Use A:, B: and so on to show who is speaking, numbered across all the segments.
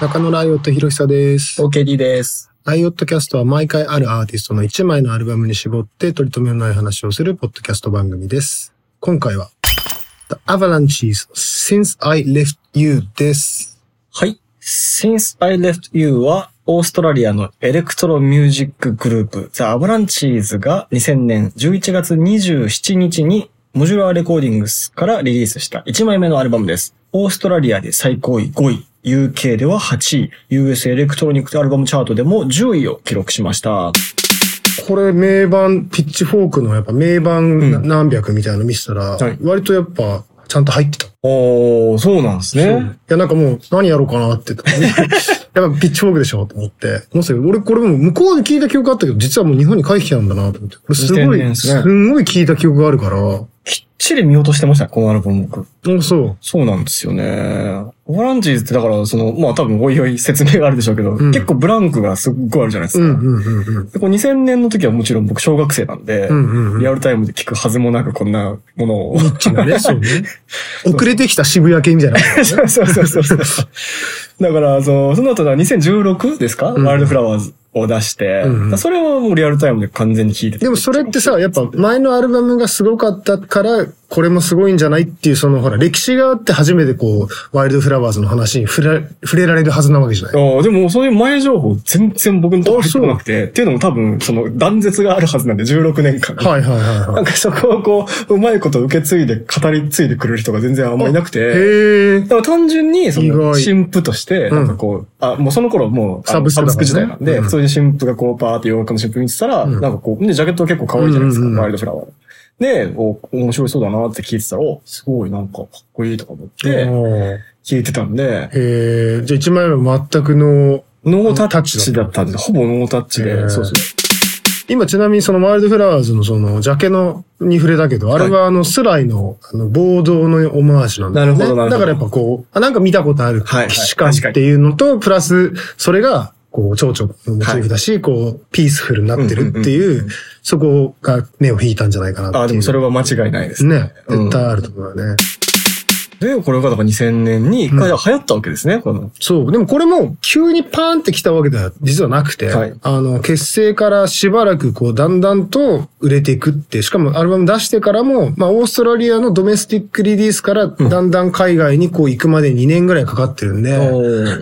A: 中野ライオット広久です。
B: OKD です。
A: ライオットキャストは毎回あるアーティストの1枚のアルバムに絞って取り留めのない話をするポッドキャスト番組です。今回は、The Avalanches Since I Left You です。
B: はい。Since I Left You は、オーストラリアのエレクトロミュージックグループ、ザ・アバランチーズが2000年11月27日に、モジュラーレコーディングスからリリースした1枚目のアルバムです。オーストラリアで最高位5位、UK では8位、US エレクトロニックアルバムチャートでも10位を記録しました。
A: これ名盤、ピッチフォークのやっぱ名
B: う
A: 盤
B: ん
A: 何百みたいなの見せたら、
B: はい
A: 割とやっぱちゃんと入ってた。い
B: おー、そうなんですね。
A: や、なんかもう何やろうかなって。 やっぱピッチフォークでしょと思って。もし俺これもう向こうで聞いた記憶あったけど、実はもう日本に帰ってきたんだなと思って。これすご
B: 2000
A: い、
B: 年ですね
A: すんごい聞いた記憶があるから。あ、
B: きっちり見落としてました、このアルバム僕。
A: そう。
B: そうなんですよね。オランジーズってだから、その、まあ多分おいおい説明があるでしょうけど、
A: ん
B: 結構ブランクがすっごいあるじゃないです
A: う
B: か。
A: んうんうんうん。
B: でこう2000年の時はもちろん僕小学生なんで、
A: うんうんうん
B: リアルタイムで聞くはずもなくこんなものを。
A: ね、そうね。 遅れてきた渋谷系みたいな。
B: そうそうそうそうそう。だから、その、その後だ、2016ですか、
A: ん
B: ワールドフラワーズを出して、
A: うんうん
B: それをもうリアルタイムで完全に聞いてて
A: でもそれってさ、やっぱ前のアルバムがすごかったから、これもすごいんじゃないっていう、そのほら、歴史があって初めてこう、ワイルドフラワーズの話に触れ触れられるはずなわけじゃない。
B: ああ、でもそういう前情報全然僕のとこ入ってこなくて、っていうのも多分、その断絶があるはずなんで、16年間。
A: はいはいはい
B: な
A: は
B: ん
A: い。
B: かそこをこう、うまいこと受け継いで、語り継いでくれる人が全然あんまいなくて。
A: へえ
B: だ。から単純に、そ
A: 意
B: の、
A: 外
B: 新婦として、なんかこう、あ、もうその頃もう、あの
A: サブスクだからね
B: 時代なんで、
A: うん
B: 普通に新婦がこう、パーって洋楽の新婦見てたら、
A: うん
B: なんかこう、で、ジャケット結構可愛いじゃないですか、
A: うんうんうん
B: ワイルドフラワー。で、お、面白いそうだなって聞いてたら、お、すごいなんかかっこいいとか思って、
A: おー
B: 聞いてたんで、
A: へえ。じゃあ一枚目は全くの、
B: ノータッチだったんで、ほぼノータッチ
A: へ
B: で、
A: ー
B: そうそう。
A: 今ちなみにそのワイルドフラワーズのその、ジャケのに触れたけど、あれはあの、スライの、あの、暴動のオマージュなんだよね
B: なるほどなる
A: だ
B: ほど
A: からやっぱこう、あ、なんか見たことある、
B: はいはい
A: 既視感っていうのと、プラス、それが、こう、蝶々のモチーフだし、こう、ピースフルになってるって
B: うんうん
A: いうう、そこが目を引いたんじゃないかなっていう。
B: あ、でもそれは間違いないです。
A: ね、
B: うん
A: 絶対あると思うよね。
B: で、これがだから2000年に一回流行ったわけですね、この。
A: そう。でもこれも急にパーンって来たわけでは実はなくて、
B: はい
A: あの、結成からしばらくこう、だんだんと売れていくって、しかもアルバム出してからも、まあ、オーストラリアのドメスティックリリースから、
B: ん
A: だんだん海外にこう行くまで2年ぐらいかかってるんで、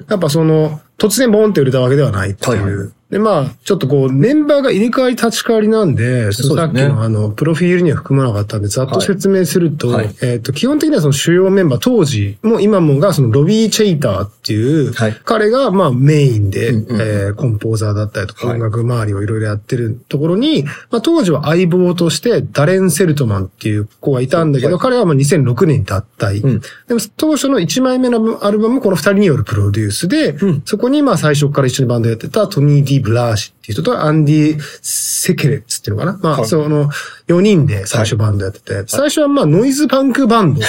A: やっぱその、突然ボンって売れたわけではないっていう。
B: はいは
A: で、まあ、ちょっとこう、メンバーが入れ替わり立ち替わりなんで、そのさっき
B: そうですね
A: のあの、プロフィールには含まなかったんで、ざっと
B: はい
A: 説明すると、
B: はい
A: えっ、と、基本的にはその主要メンバー、当時も今もが、そのロビー・チェイターっていう、
B: はい
A: 彼がまあメインで、
B: うんうん
A: えーコンポーザーだったりとか、
B: はい
A: 音楽周りをいろいろやってるところに、まあ当時は相棒として、ダレン・セルトマンっていう子がいたんだけど、彼はまあ2006年に脱退。
B: うん
A: でも当初の1枚目のアルバムもこの2人によるプロデュースで、
B: うん
A: そこにまあ最初から一緒にバンドやってたトニー・ディ・ブラーシっていう人とアンディ・セケレッツっていうのかな。ま
B: は
A: あ
B: い
A: その4人で最初バンドやってて、最初はまあノイズパンクバンド。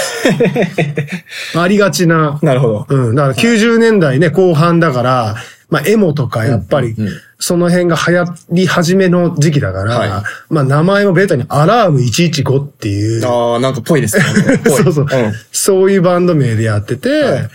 A: ありがちな。
B: なるほど。
A: うん。だから90年代ね、後半だから、まあエモとかやっぱり
B: うんうんうん、
A: その辺が流行り始めの時期だから、
B: は
A: まあ名前もベータにアラーム115っていう。
B: ああ、なんかぽいですね。ぽい
A: そうそう、
B: ん
A: そういうバンド名でやってて、
B: はい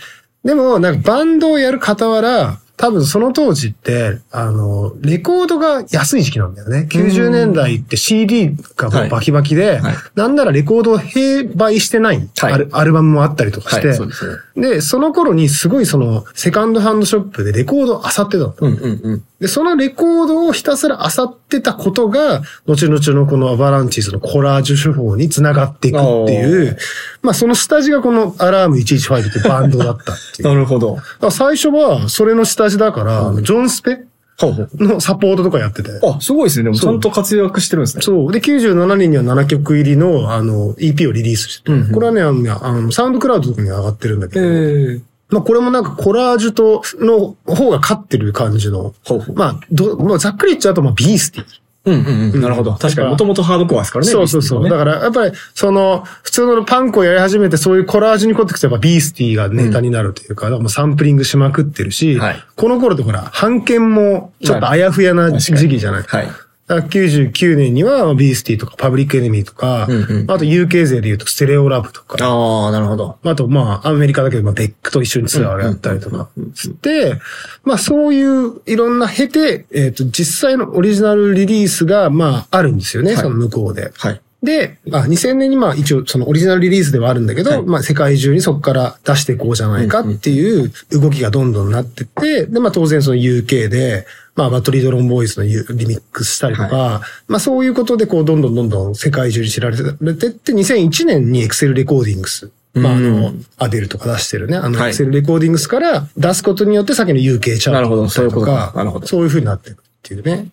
A: でも、なんかバンドをやる傍ら、多分その当時って、あの、レコードが安い時期なんだよね。90年代って CD がも
B: は
A: う
B: い
A: バキバキで、
B: はい
A: なんならレコードを併売してない、
B: はい
A: アルアルバムもあったりとかして、
B: はい、そうですね。
A: で、その頃にすごいその、セカンドハンドショップでレコードを漁ってたの。
B: うんうんうん。
A: で、そのレコードをひたすら漁ってたことが、後々のこのアバランチーズのコラージュ手法につながっていくってい
B: お
A: う、まあその下地がこのアラーム115ってバンドだったっていう。だ
B: なるほど。
A: から最初はそれの下地だから、ジョン・スペ
B: ほうほう
A: のサポートとかやってて。
B: あ、すごいですね。でもち
A: そう
B: ゃんと活躍してるんですね。
A: そう。で、97年には7曲入りの、あの、EP をリリースしてて、
B: うんうん
A: これはね、あのね、あのサウンドクラウドとかに上がってるんだけど、
B: ええ。
A: まあこれもなんかコラージュと、の方が勝ってる感じの、
B: ほうほう。
A: まあ、ど、まあざっくり言っちゃうと、まあビースティー。
B: うんうんうん。なるほど。確かに、もともとハードコアですからね。
A: そうそうそう。
B: ビー
A: だ
B: ステ
A: から、やっぱり、その、普通のパンクをやり始めて、そういうコラージュに凝ってくと、やっぱビースティがネタになるというか、もうサンプリングしまくってるし、
B: はい
A: この頃ってほら、版権もちょっとあやふやな
B: ィね
A: 時期じゃない。
B: はい。
A: だから99年には、ビースティとかパブリックエネミーとか、
B: うんうん
A: あと UK 勢で言うとステレオラブとか、
B: ああ、なるほど。
A: あと、まあ、アメリカだけど、まあ、ベックと一緒にツアーをやったりとか、つって、まあ、そういういろんな経て、えっ、と、実際のオリジナルリリースが、まあ、あるんですよね、
B: はい
A: その向こうで。
B: はい。
A: で、あ、2000年にまあ一応そのオリジナルリリースではあるんだけど、
B: はい
A: まあ世界中にそこから出していこうじゃないかっていう動きがどんどんなってって、で、まあ当然その UK で、まあバトリードロンボーイズのリミックスしたりとか、まあそういうことでこうどんどんどんどん世界中に知られてって、2001年にエクセルレコーディングス。まあ、あの、アデルとか出してるね。あの、
B: はい
A: エクセルレコーディングスから出すことによって、さっきの UK チャート
B: なるほどそういうこと
A: とか
B: なるほど
A: そういう風になってるっていうね。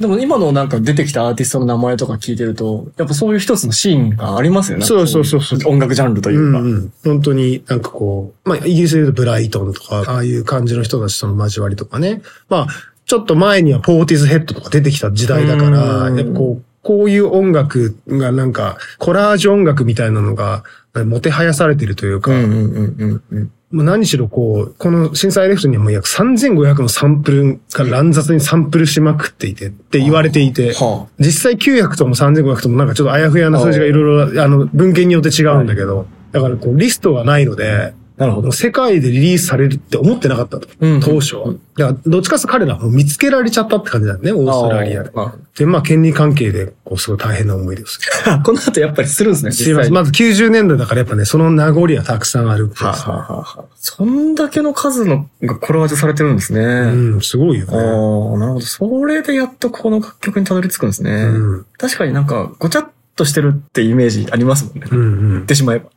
B: でも今のなんか出てきたアーティストの名前とか聞いてると、やっぱそういう一つのシーンがありますよね。
A: そうそうそうそう
B: 音楽ジャンルというか。
A: んん、本当になんかこう、まあ、イギリスで言うとブライトンとか、ああいう感じの人たちとの交わりとかね。まあ、ちょっと前にはポーティズヘッドとか出てきた時代だから、
B: うん
A: やっぱこう、こういう音楽がなんか、コラージュ音楽みたいなのが、もてはやされてるというか、
B: うんうんうんうんうん。
A: もう何しろこう、この震災レフトにはもう約3500のサンプルが乱雑にサンプルしまくっていて、って言われていて、
B: は
A: 実際900とも3500ともなんかちょっとあやふやな数字がいろいろ、あの、文献によって違うんだけど、だからこう、リストがないので、
B: あ。なるほ
A: も
B: ど
A: う。世界でリリースされるって思ってなかったと、
B: うん
A: 当初は。だから、どっちかというと彼らはもう見つけられちゃったって感じだよね、オーストラリアで
B: あ。ーま
A: で、まあ、権利関係で、こう、すごい大変な思いです。
B: あこの後やっぱりするんですね、
A: すい
B: 実
A: ませ
B: 際
A: ん。
B: に。
A: まず90年代だからやっぱね、その名残はたくさんあるって
B: はあはあはあはあそんだけの数のがコラージュされてるんですね。
A: うん、すごいよ
B: ああ、
A: ね。
B: なるほど。それでやっとこの楽曲にたどり着くんですね。
A: うん。
B: 確かになんか、ごちゃっとしてるってイメージありますもんね。
A: う
B: 言
A: んうん
B: っ。てしまえば。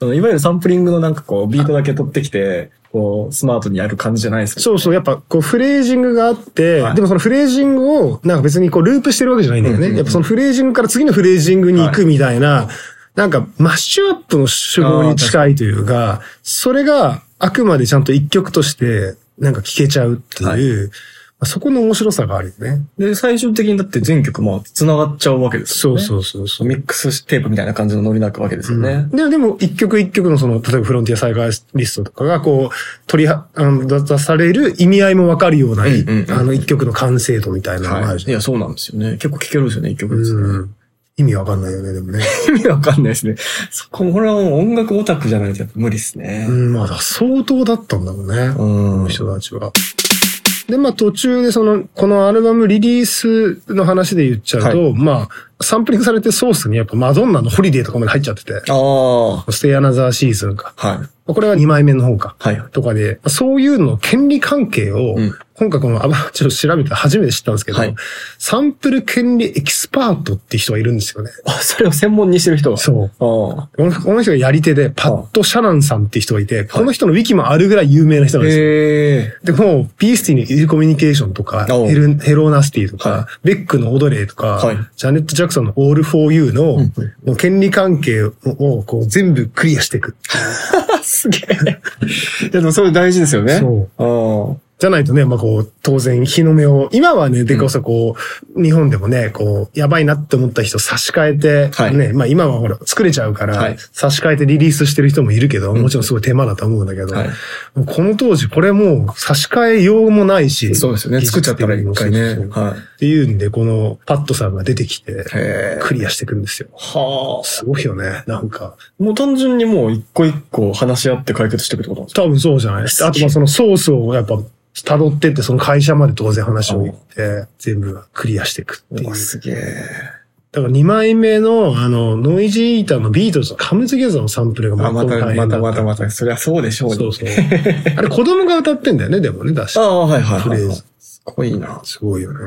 B: そのいわゆるサンプリングのなんかこう、ビートだけ取ってきて、こう、スマートにやる感じじゃないです
A: そうそう、やっぱこうフレージングがあって、
B: はい
A: でもそのフレージングを、なんか別にこうループしてるわけじゃないんだよね。
B: うんうんうん
A: やっぱそのフレージングから次のフレージングに行くみたいな、なんかマッシュアップの手法に近いというか、それがあくまでちゃんと一曲として、なんか聴けちゃうっていう、まあそこの面白さがあるよね。
B: で、最終的にだって全曲まあ、繋がっちゃうわけです
A: そ
B: よ
A: う
B: ね。
A: そうそうそう。
B: ミックステープみたいな感じのノリになるわけですよね。
A: ででも、一曲一曲のその、例えばフロンティアサイカーリストとかが、こう、取りは、あの、出出される意味合いもわかるような、
B: うんうんうん
A: あの、一曲の完成度みたいなのがあ
B: は
A: る
B: い。
A: じゃん
B: いや、そうなんですよね。結構聴けるんですよね、一曲ですね。
A: うん意味わかんないよね、でもね。
B: 意味わかんないですね。そこ、これはもう音楽オタクじゃないとやっぱ無理ですね
A: う。ん、まあ、相当だったんだろうね。こ
B: うん。
A: の人たちは。で、まあ途中でその、このアルバムリリースの話で言っちゃうと、まあ、サンプリングされてソースにやっぱマドンナのホリデーとかまで入っちゃってて、
B: ああ。はい。
A: ステイアナザーシーズンか。
B: はい
A: まあこれは2枚目の方か。
B: はい。
A: とかで、まあそういうの、権利関係を、
B: うん
A: 今回このアバンチを調べて初めて知ったんですけど、
B: はい
A: サンプル権利エキスパートって人がいるんですよね。
B: あ、それを専門にしてる人は。
A: そう。
B: あ
A: このこの人がやり手で、パッド・シャランさんって人がいて、この人のウィキもあるぐらい有名な人
B: あ。
A: なんですよ。
B: へえ。
A: で、もう、ビースティのイルコミュニケーションとか、
B: おう
A: ヘルヘローナスティとか、
B: は
A: ベックのオドレーとか、
B: はい
A: ジャネット・ジャクソンのオール・フォー・ユーの、
B: うん
A: もう権利関係ををこう全部クリアしていく。
B: すげえ。 いやでもそれ大事ですよね。
A: そう
B: う。
A: じゃないとね、まあこう、当然日の目を、今はね、でこそこう、日本でもね、こう、やばいなって思った人差し替えて、
B: はい
A: ね、まあ今はほら、作れちゃうから、
B: はい
A: 差し替えてリリースしてる人もいるけど、もちろんすごい手間だと思うんだけど、
B: はい
A: この当時これもう差し替えようもないし、
B: そうですよね。作っちゃったら一
A: 技
B: 回ね
A: 術的に。もそう
B: は
A: っていうんで、このパットさんが出てきて、
B: い。へえ。
A: クリアしてくるんですよ。
B: は
A: すごいよね、なんか。
B: あ。もう単純にもう一個一個話し合って解決していくってことなんですか
A: 多分そうじゃないですか。あとまあそのソースをやっぱ辿ってって、その会社まで当然話を言って、全部クリアしていくっていう。
B: うわすげえ。
A: だから2枚目の、あの、ノイジーイーターのビートルズのカムズゲザーのサンプルが
B: あ、ま
A: 今
B: た、
A: 回
B: また、また、また、そりゃそうでしょうね
A: そうそう。 あれ子供が歌ってんだよね、でもね、出し
B: ああ、はいはい
A: フ
B: はい
A: レー
B: はい
A: ズ。。
B: すごいな。
A: すごいよね。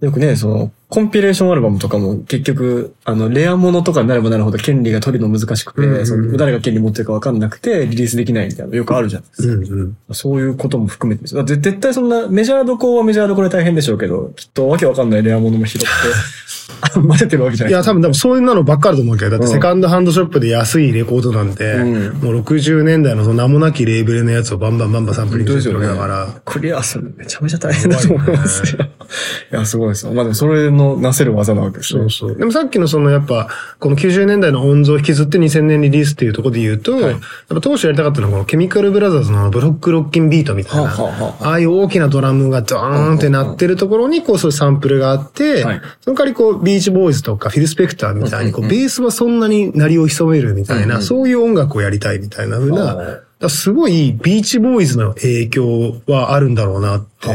B: よくね、その、コンピレーションアルバムとかも結局、あの、レアものとかになればなるほど権利が取るの難しくて、
A: うんうん
B: その誰が権利持ってるかわかんなくて、リリースできないみたいなのよくあるじゃないですか。
A: うんうん。
B: そういうことも含めてです。だって絶対そんな、メジャーどこはメジャーどこで大変でしょうけど、きっとわけわかんないレアものも 拾って、あ混ぜてるわけじゃな
A: い
B: い
A: や、
B: ですか。
A: 多分、多分そういうのばっかりだと思うけど、だってセカンドハンドショップで安いレコードなんて、
B: うん
A: もう60年代のその名もな きレーブルのやつをバンバンバンバンサンプリングしてるわけだから、
B: クリアするのめちゃめちゃ大変だと思いますよ。いや、すごいですよ。まあでもそれのなせる技なわけです
A: そ
B: ね
A: う。そう。でもさっきのそのやっぱ、この90年代の音像を引きずって2000年リリースっていうところで言うと、
B: はい
A: やっぱ当初やりたかったのはこのケミカルブラザーズのあのブロックロッキンビートみたいな、
B: はあはあは
A: ああいう大きなドラムがドーンってなってるところにこうそういうサンプルがあって、
B: はい
A: その代わりこうビーチボーイズとかフィル・スペクターみたいにこうベースはそんなに鳴りを潜めるみたいな、そういう音楽をやりたいみたいな風な、
B: あー
A: だからすごいビーチボーイズの影響はあるんだろうなって。
B: あ
A: あ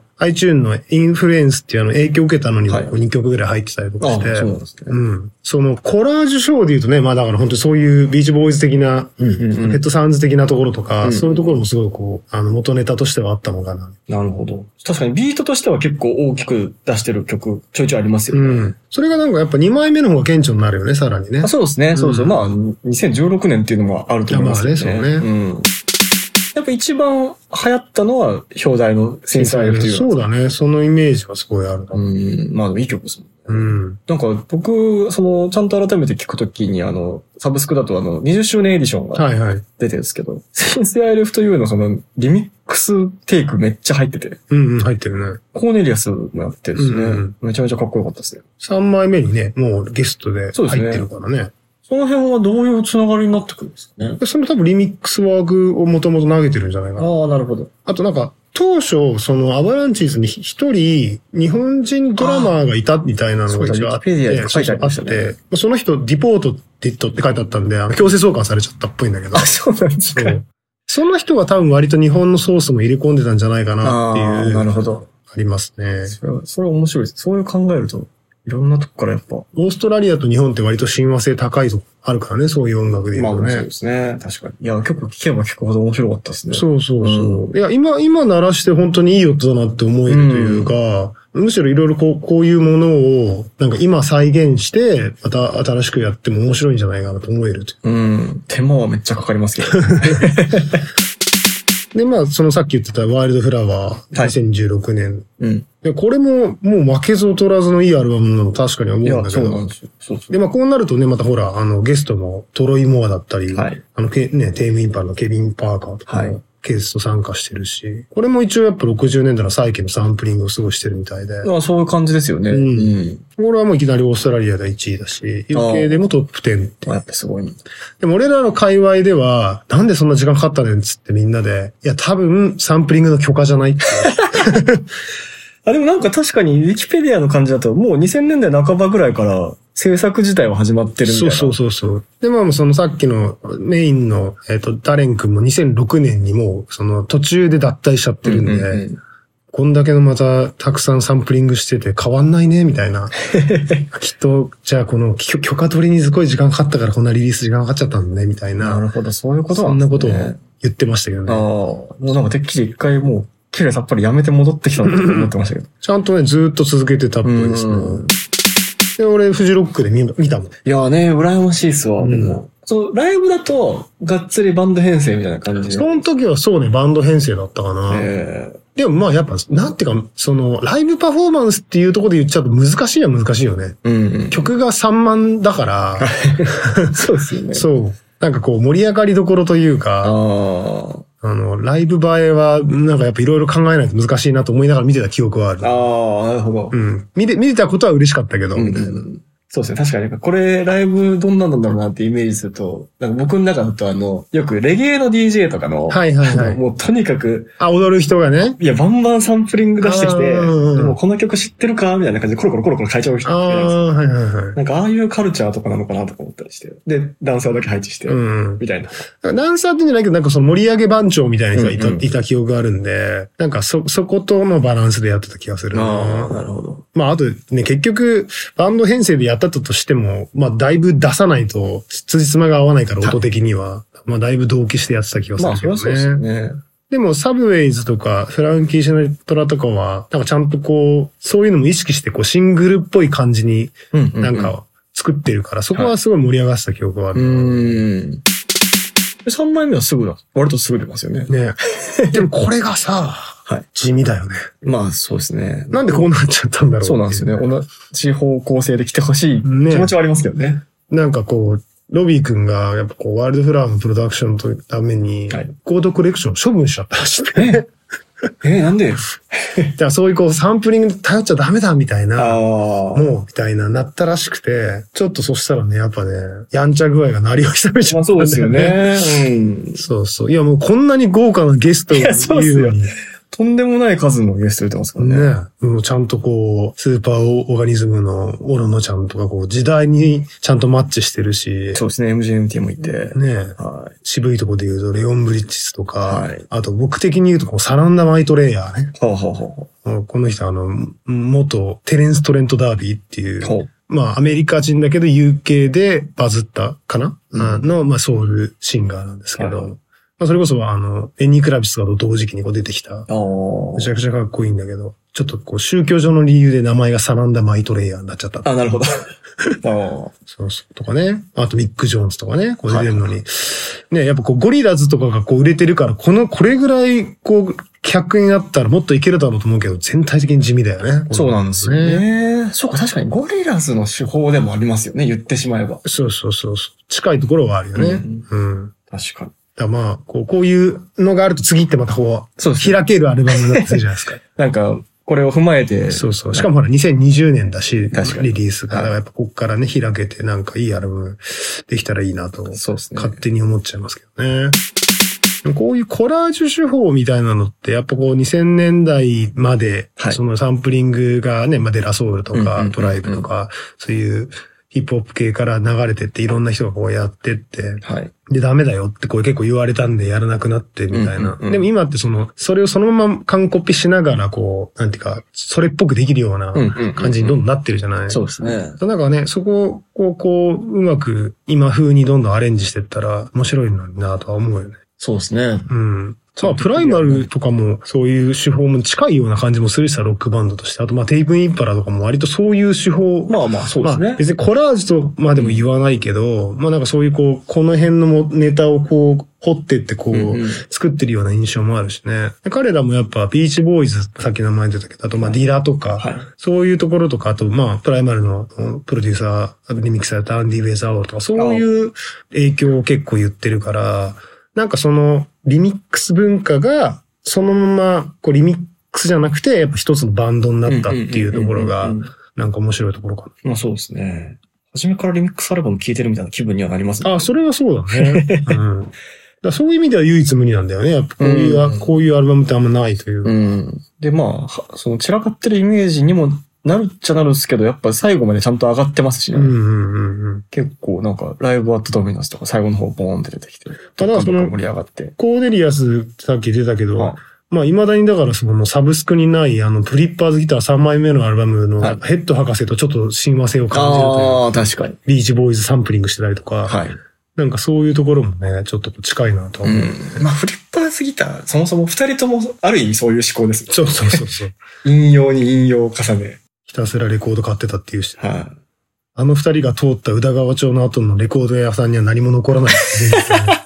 A: の、iTune のインフルエンスっていうあの影響を受けたのにも
B: はい
A: 2曲ぐらい入ってたりとかして、
B: あそうなんですね
A: うんそのコラージュショーで言うとね、まあだから本当にそういうビーチボーイズ的な、ペットサウンズ的なところとか、そういうところもすごいこう、あの元ネタとしてはあったのかな。
B: なるほど。確かにビートとしては結構大きく出してる曲、ちょいちょいありますよ
A: う
B: ね。
A: ん。それがなんかやっぱ2枚目の方が顕著になるよね、さらにね
B: あ。そうですね。そうそう。まあ、2016年っていうのもあると思いますよね。
A: いやまあねそうね
B: うん。やっぱ一番流行ったのは、表題のセンサー F という。
A: そうだね。そのイメージはすごいあるな。
B: うん。まあ、でもいい曲ですもん。
A: うん。
B: なんか、僕、その、ちゃんと改めて聞くときに、あの、サブスクだと、あの、20周年エディションが
A: はいはい。
B: 出てるんですけど、センスアイレフというのその、リミックステイクめっちゃ入ってて、
A: うんうん、入ってるね。
B: コーネリアスもやってるしね、
A: うんうん
B: めちゃめちゃかっこよかったですね。
A: 3枚目にね、もうゲストで入ってるからね。
B: その辺はどういうつながりになってくるんですかね。
A: でその多分リミックスワークをもともと投げてるんじゃないかな。
B: ああ、なるほど。
A: あとなんか、当初、そのアバランチーズにひ一人、日本人ドラマーがいたみたいなの
B: あ
A: が
B: ー
A: 一応あっ
B: そうだウィキペディア
A: て、
B: に書いてありましたね
A: そうそうあってまあその人、ディポートディットって書いてあったんで、あの強制送還されちゃったっぽいん だけど
B: あ、。 そうなんですか。
A: そうその人が多分割と日本のソースも入れ込んでたんじゃないかな
B: あ
A: って
B: あ
A: い
B: ー、
A: う。
B: なるほど。
A: ありますね。
B: それは、それは面白いです。そういう考えると、いろんなとこからやっぱ、
A: オーストラリアと日本って割と親和性高いとこあるからね、そういう音楽で言うとね。
B: すね。確かに。いや、曲聴けば聴くほど面白かったですね。
A: そうそうそう。いや、今、今鳴らして本当にいい音だなって思えるというか、むしろいろいろこう、こういうものを、なんか今再現して、また新しくやっても面白いんじゃないかなと思えるとい
B: うん。手間はめっちゃかかりますけ ど。
A: う。で、まあ、そのさっき言ってたワイルドフラワー、
B: はい
A: 2016年。
B: うん。
A: でこれも、もう負けず劣らずのいいアルバムなの確かに思うん
B: い
A: だ
B: や、
A: け
B: そうな
A: ど
B: ん。ですよ。そうそう。
A: で、まあ、こうなるとね、またほら、あの、ゲストのトロイ・モアだったり、
B: はい
A: あの、けね、テームインパーのケビン・パーカーとか
B: はい
A: も、ケースと参加してるし、これも一応やっぱ60年代の再起のサンプリングを過ごしてるみたいで、
B: まあそういう感じですよね。
A: うん
B: ん。
A: これはもういきなりオーストラリアで1位だし、UK でもトップ10って
B: まあやっぱすごいな。
A: でも俺らの界隈では、なんでそんな時間かかったねんっつってみんなで、いや、多分サンプリングの許可じゃないって。
B: あ、でもなんか確かに、ウィキペディアの感じだと、もう2000年代半ばぐらいから、制作自体は始まってるみた
A: そ
B: いうな。
A: そう
B: そ
A: そうそう。で、まあ、そのさっきのメインの、えっ、と、ダレン君も2006年にもう、その途中で脱退しちゃってるんで、
B: うんうんうん
A: こんだけのまたたくさんサンプリングしてて変わんないね、みたい な。きっと、じゃあこの許許可取りにすごい時間かかったからこんなリリース時間かかっちゃったんだね、みたい
B: な
A: な。
B: るほど、そういうこ
A: そ
B: となんんで
A: な
B: すね。
A: ことを言ってましたけど
B: ああ、
A: ね。
B: もうなんかてっきり一回もう、綺麗さっぱりやめて戻ってきたんだと思ってましたけど。
A: ちゃんとね、ずーっと続けてたっぽいですね
B: うん。
A: で、俺、フジロックで見見たもん。
B: いやーね、羨ましいっすわ、
A: うん
B: でもその、ライブだと、がっつりバンド編成みたいな感じで。
A: その時はそうね、バンド編成だったかな。
B: ええ
A: でもまあやっぱ、なんていうか、その、ライブパフォーマンスっていうところで言っちゃうと難しいは難しいよね。
B: うんうん。
A: 曲が散漫だから、
B: そうですよね。
A: そう。なんかこう盛り上がりどころというか、
B: ああ。
A: あの、ライブ映えは、なんかやっぱいろいろ考えないと難しいなと思いながら見てた記憶はある。
B: ああ、なるほど
A: う。ん。見て、見てたことは嬉しかったけど、
B: うん
A: みたいな。
B: そうですね。確かに、これ、ライブどんなんなんだろうなってイメージすると、なんか僕の中だとあの、よくレゲエの DJ とかの、
A: はいはいは
B: あの
A: い。
B: もうとにかく、
A: あ、踊る人がね。
B: いや、バンバンサンプリング出してきて、
A: あーうんうん
B: もうこの曲知ってるかみたいな感じでコロコロコロコロ変えちゃう人
A: あ
B: いるじゃないですか
A: あ、はいはいはい。
B: なんかああいうカルチャーとかなのかなとか思ったりして。で、ダンサーだけ配置して、
A: うん。
B: みたいな。
A: ダンサーってんじゃないけど、なんかその盛り上げ番長みたいな人がいた,、
B: うんうん
A: いた記憶があるんで、なんかそ、そことのバランスでやってた気がするな。
B: なるほど。
A: まあ、あとね、結局、バンド編成でやったとしても、まあ、だいぶ出さないと、辻褄が合わないから、音的には。まあ、だいぶ同期してやってた気がす
B: ま
A: る
B: あ、
A: け
B: そ
A: どね。
B: れはそうですよね。
A: でも、サブウェイズとか、フランキー・シナトラとかは、なんかちゃんとこう、そういうのも意識して、こう、シングルっぽい感じに
B: うんうう
A: なん。か作ってるから、そこはすごい盛り上がってた記憶があ
B: う
A: る。
B: ーん。3枚目はすぐだ。割とすぐ出ますよね。
A: ね でも、これがさ、
B: はい
A: 地味だよね。
B: まあ、そうですね。
A: なんでこうなっちゃったんだろう
B: そうなんですよね。
A: ね。
B: 同じ方向性で来てほしい気
A: ね
B: 持ちはありますけどね。
A: なんかこう、ロビー君が、やっぱこう、ワールドフラワーのプロダクションのために
B: はい、
A: コードコレクションを処分しちゃったらしくて。
B: え、なんで
A: だからそういうこうサンプリングに頼っちゃダメだみたい
B: あ
A: な、
B: あ。
A: もうみたいななったらしくて、ちょっとそしたらね、やっぱね、やんちゃ具合がなりをしたみたいな
B: まあ
A: んだ
B: そうですよ。ね。うん。
A: そうそう。いやもうこんなに豪華なゲストがい
B: いやそうっす
A: るの
B: よ
A: に。
B: とんでもない数のゲスト出てますからね。
A: ね、もうちゃんとこう、スーパーオーガニズムのオロノちゃんとか、こう、時代にちゃんとマッチしてるし、
B: そうですね。MGMT もいて。
A: ね、
B: はい。
A: 渋いとこで言うと、レオン・ブリッジスとか、
B: はい
A: あと僕的に言うとこう、サランダ・マイト・レイヤーね。
B: ほうほうほうほ。
A: もうこの人、あの、元テレンス・トレント・ダービーっていうう、
B: ほう。
A: まあ、アメリカ人だけど UK でバズったかな、
B: うん
A: あの、まあ、ソウルシンガーなんですけど、
B: はい
A: まあ、それこそ、あの、エニー・クラビスとかと同時期にこう出てきた、めち
B: あ
A: ゃくちゃかっこいいんだけど、ちょっとこう、宗教上の理由で名前がサランダ・マイト・レイヤーになっちゃった。
B: あ。あ、なるほど。あ
A: そうそう、とかね。あと、ミック・ジョーンズとかね、こう出てるのに。ね、やっぱこう、ゴリラズとかがこう、売れてるから、この、これぐらい、こう、100円あったらもっといけるだろうと思うけど、全体的に地味だよね。
B: あ。そうなんですよね。そうか、確かにゴリラズの手法でもありますよね。言ってしまえば。
A: そうそうそうそう。近いところはあるよね。うん、
B: 確かに。
A: だからまあ、こう、こういうのがあると次ってまたこう、
B: そうですね
A: 開けるアルバムになってるじゃない ですか。
B: なんか、これを踏まえて。
A: そうそう。しかもほら、2020年だし、リリ
B: 確かに
A: ースが。だからやっぱこっからね、開けて、なんかいいアルバムできたらいいなと、
B: そうですね。
A: 勝手に思っちゃいますけどね。でもこういうコラージュ手法みたいなのって、やっぱこう2000年代まで、
B: はい
A: そのサンプリングがね、まあ、デラソウルと
B: うんうんうんう
A: か、
B: ん
A: トライブとか、そういうヒップホップ系から流れてって、いろんな人がこうやってって、
B: はい。
A: で、ダメだよってこう結構言われたんでやらなくなってみたいな。
B: うんうんうん
A: でも今ってその、それをそのまま完コピしながらこう、なんていうか、それっぽくできるような
B: うんうんうんうん
A: 感じにどんどんなってるじゃない、
B: そうですね。
A: なんかね、そこをこう、こう、うまく今風にどんどんアレンジしてったら面白いのになとは思うよね。
B: そうですね。
A: うん。まあ、プライマルとかも、そういう手法も近いような感じもするしさ、ロックバンドとして。あと、まあ、テイプインパラとかも割とそういう手法
B: まあまあ、そうです
A: まあ
B: ね。
A: 別にコラージュとまでも言わないけど、まあなんかそういうこう、この辺のもネタをこう、掘ってってこう、
B: うんうん
A: 作ってるような印象もあるしね。で彼らもやっぱビーチボーイズ、さっき名前出たけど、あとまあディラとか、
B: はい
A: そういうところとか、あとまあプライマルのうんプロデューサー、リミックスされたアンディ・ウェザーオールとか、そういう影響を結構言ってるから、なんかそのリミックス文化が、そのままこうリミックスじゃなくて、やっぱ一つのバンドになったっていうところ
B: うん
A: が
B: うんうんうんうん、
A: なんか面白いところかな。
B: まあそうですね。初めからリミックスアルバム聴いてるみたいな気分にはなりますね。
A: あ、それはそうだ ね。うん、だからそういう意味では唯一無二なんだよね。やっぱこういう、
B: うん
A: こういうアルバムってあんまないという。
B: うん。で、まあ、はその散らかってるイメージにもなるっちゃなるんですけど、やっぱ最後までちゃんと上がってますしね。
A: うんうんうんうん。
B: 結構なんか、ライブアットドミナスとか最後の方ボーンって出てきて、
A: ただそ
B: どんどん
A: の
B: 盛、り上がって。
A: コーデリアスさっき出たけど、
B: はい
A: まあ未だにだからそのサブスクにないあのプリッパーズギター3枚目のアルバムの
B: はい
A: ヘッド博士とちょっと親和性を感じるという。
B: あー、確かに。
A: ビーチボーイズサンプリングしてたりとか、
B: はい。
A: なんかそういうところもね、ちょっと近いなとは
B: う
A: 思う。
B: ん。まあ、フリッパーすぎた、そもそも二人とも、ある意味そういう思考です。
A: そうそうそう そう。
B: 引用に引用を重ね。
A: ひたすらレコード買ってたっていうし、
B: は
A: あの二人が通った宇田川町の後のレコード屋さんには何も残らないっていうね。
B: い。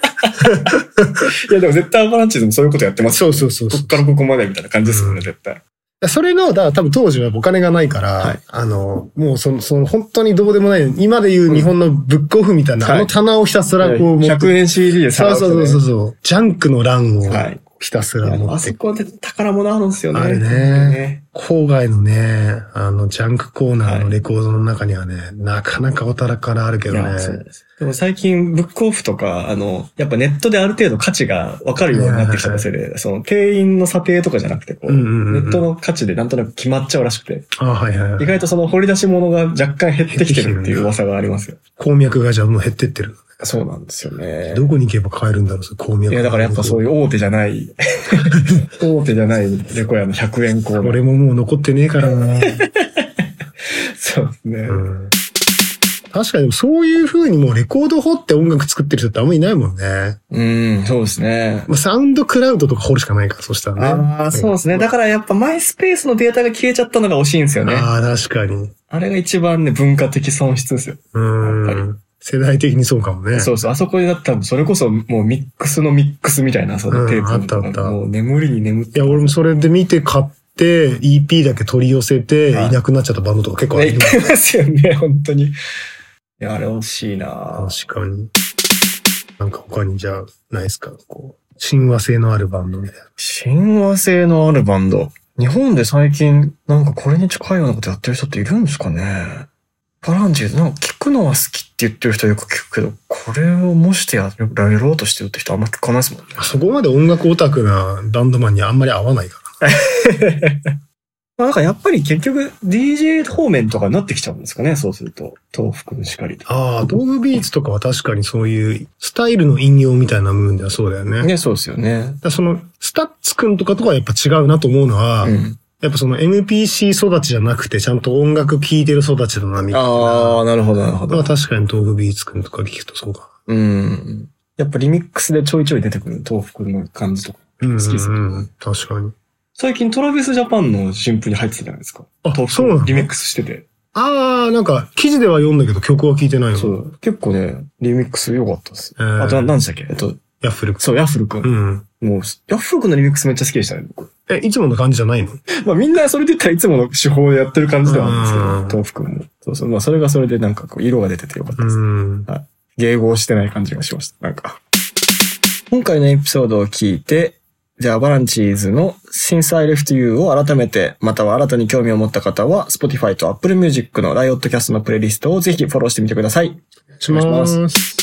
B: いや、でも絶対アバランチーズもそういうことやって ますよ。
A: そうそうそうそ
B: こ
A: う
B: っからここまでみたいな感じですよね、絶対。
A: それの、だから多分当時はお金がないから、
B: はい
A: あの、もうその、その本当にどうでもない、今で言う日本のブックオフみたいな、
B: はい
A: あの棚をひたすらこう持って、
B: 100円 CD で
A: そうそうそううそう、ジャンクの欄を
B: はい
A: ひたすら持
B: あ
A: って、
B: そこで宝物あるんですよね。
A: あるね郊外のね、あの、ジャンクコーナーのレコードの中にはね、なかなかおたらからあるけ
B: い
A: どね。
B: やそうですでも最近、ブックオフとか、あの、やっぱネットである程度価値が分かるようになってきたせいで、その、定員の査定とかじゃなくて、こう、
A: うんうんうんう
B: ネ
A: ん
B: ットの価値でなんとなく決まっちゃうらしくて、
A: あ、はいはいは
B: 意
A: い。
B: 外とその掘り出し物が若干減ってきてるっていう噂がありますよ。
A: 鉱脈がじゃあもう減ってってる。
B: そうなんですよね。
A: どこに行けば買えるんだろう、それ鉱脈。
B: いや、だからやっぱそういう大手じゃ ない、大手じゃないレコヤの100円コーナー
A: 俺ももう残ってねえからな。
B: そうですね。
A: うん確かに、そういう風にもうレコード掘って音楽作ってる人ってあんまいないもんね。
B: うん、そうですね。
A: まあ、サウンドクラウドとか掘るしかないから、そしたらね。
B: ああ、そうですね。だ
A: だ
B: からやっぱマイスペースのデータが消えちゃったのが惜しいんですよね。
A: ああ、確かに。
B: あれが一番ね、文化的損失ですよ。
A: う
B: やっぱ
A: ん。世代的にそうかもね。
B: そうそう。あそこでだったら、それこそもうミックスのミックスみたいな、そのテープ
A: うんあったあった
B: もう眠りに眠って。
A: いや、俺もそれで見て買って、EP だけ取り寄せて、
B: はい
A: いなくなっちゃったバンドとか結構あ
B: ね、
A: る
B: いっ。ぱいいますよね、本当に。いや、あれ惜しいなぁ
A: 確かに。なんか他にじゃあ、ないですかこう、親和性のあるバンドみたいな。
B: 親和性のあるバンド。日本で最近、なんかこれに近いようなことやってる人っているんですかねパランチーズ、なんか聞くのは好きって言ってる人はよく聞くけど、これを模してやられろうとしてるって人あんま聞かないですもんね。
A: そこまで音楽オタクなバンドマンにあんまり合わないから。
B: まあなんかやっぱり結局 DJ 方面とかになってきちゃうんですかね、そうすると。東福のしかりで。
A: ああ、道具ビーツとかは確かにそういうスタイルの引用みたいな部分ではそうだよね。だか
B: ね、そうですよね。
A: らその、スタッツくんとかとかはやっぱ違うなと思うのは、
B: うん、
A: やっぱその NPC 育ちじゃなくて、ちゃんと音楽聴いてる育ちだな、みたいな。
B: ああ、なるほど、なるほ
A: まあ
B: ど。
A: 確かに東部ビーツくんとか聞くとそうか。
B: うん。やっぱリミックスでちょいちょい出てくる東福の感じとか。
A: うん、
B: 好きですね
A: うん。確かに。
B: 最近トラビスジャパンの新譜に入ってたじゃないですか。
A: あ
B: 東
A: そうなの
B: リミックスしてて。
A: ああ、なんか記事では読んだけど曲は聞いてないよ。
B: そう。結構ね、リミックス良かったです。
A: えー
B: あと、な何でしたっけえっと、
A: ヤッフルく
B: そう、ヤッフル君。
A: ん。うん。
B: もう、ヤッフル君のリミックスめっちゃ好きでしたね、僕。
A: え、いつもの感じじゃないの
B: まあみんなそれで言ったらいつもの手法でやってる感じではあるんですけど、
A: うん
B: 豆腐君も。そうそう。まあそれがそれでなんかこう色が出ててよかったです。
A: うん。
B: 迎合してない感じがしました。なんか。今回のエピソードを聞いて、じゃあ、アバランチーズの Since I Left You を改めて、または新たに興味を持った方は、Spotify と Apple Music のライオットキャストのプレイリストをぜひフォローしてみてください。
A: します。